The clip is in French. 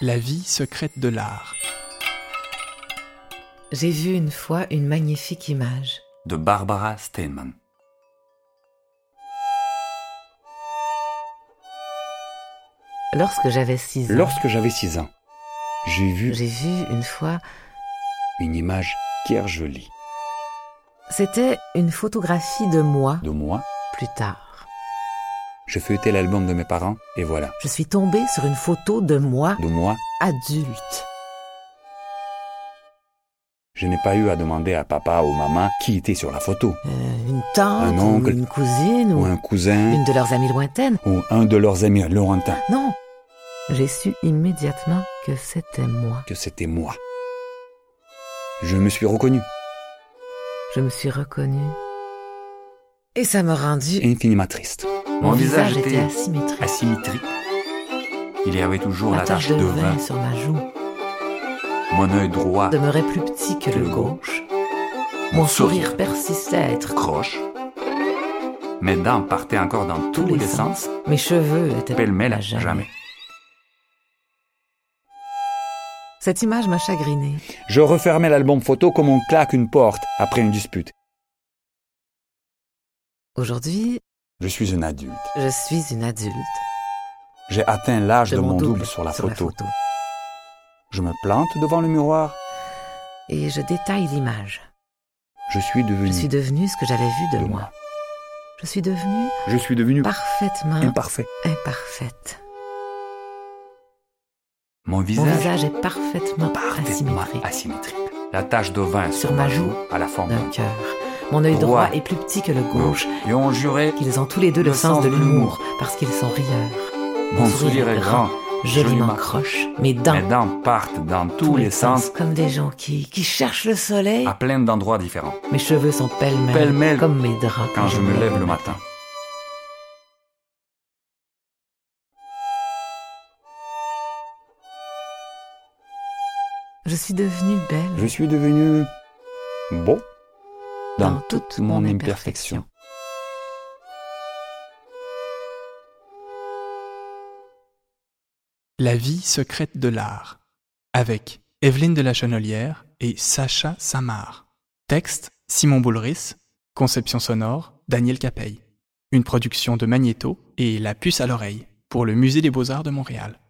La vie secrète de l'art. J'ai vu une fois une magnifique image. de Barbara Steinman. Lorsque j'avais 6 ans, Lorsque j'avais 6 ans, j'ai vu j'ai vu une fois, une image guère jolie c'était une photographie de moi de moi. plus tard. Je feuilletais l'album de mes parents et voilà, Je suis tombée sur une photo de moi de moi, adulte. je n'ai pas eu à demander à papa ou maman qui était sur la photo, Euh, une tante, Un ou oncle. une cousine, ou ou un cousin, une de leurs amies lointaines. ou un de leurs amis lointains, Non, j'ai su immédiatement que c'était moi. que c'était moi. Je me suis reconnu, Je me suis reconnue. Et ça m'a rendu... infiniment triste. Mon visage était asymétrique. asymétrique. Il y avait toujours La tache de vin Ah. sur ma joue Mon œil droit demeurait plus petit que le gauche. Mon sourire persistait à être croche. Mes dents partaient encore dans tous les sens. Mes cheveux étaient pêle-mêle à Cette image m'a chagrinée. Je refermais l'album photo comme on claque une porte après une dispute. Aujourd'hui, Je suis un adulte. je suis une adulte. J'ai atteint l'âge Je de, mon double, sur, la, photo. Je me plante devant le miroir. Et je détaille l'image. Je suis devenu. Je suis devenue ce que j'avais vu de, De moi. moi. Je suis devenue Je suis devenu parfaitement imparfait. imparfaite. Mon Mon visage, visage est parfaitement parfaitement asymétrique asymétrique. La tache de vin Sur ma joue, à la forme d'un d'un cœur. Mon œil droit, Droit. est plus petit que le gauche. Et on jurait. Qu'ils ont tous les deux le, Le sens, sens de de l'humour parce qu'ils sont rieurs. Mon sourire est grand. Joliment joliment croche. Mes dents. Mes dents partent dans tous les sens, Comme des gens qui, qui cherchent le soleil. à plein d'endroits différents. Mes cheveux sont pêle-mêle. Pêle-mêle. Comme mes draps. Quand je me lève le matin. Je suis devenue belle. Je suis devenu beau dans, Dans toute toute, mon mon imperfection. La vie secrète de l'art. Avec Evelyne de la Chenelière et Sacha Samar. Texte Simon Boulris. Conception sonore Daniel Capey. Une production de Magnéto et La puce à l'oreille pour le Musée des Beaux-Arts de Montréal.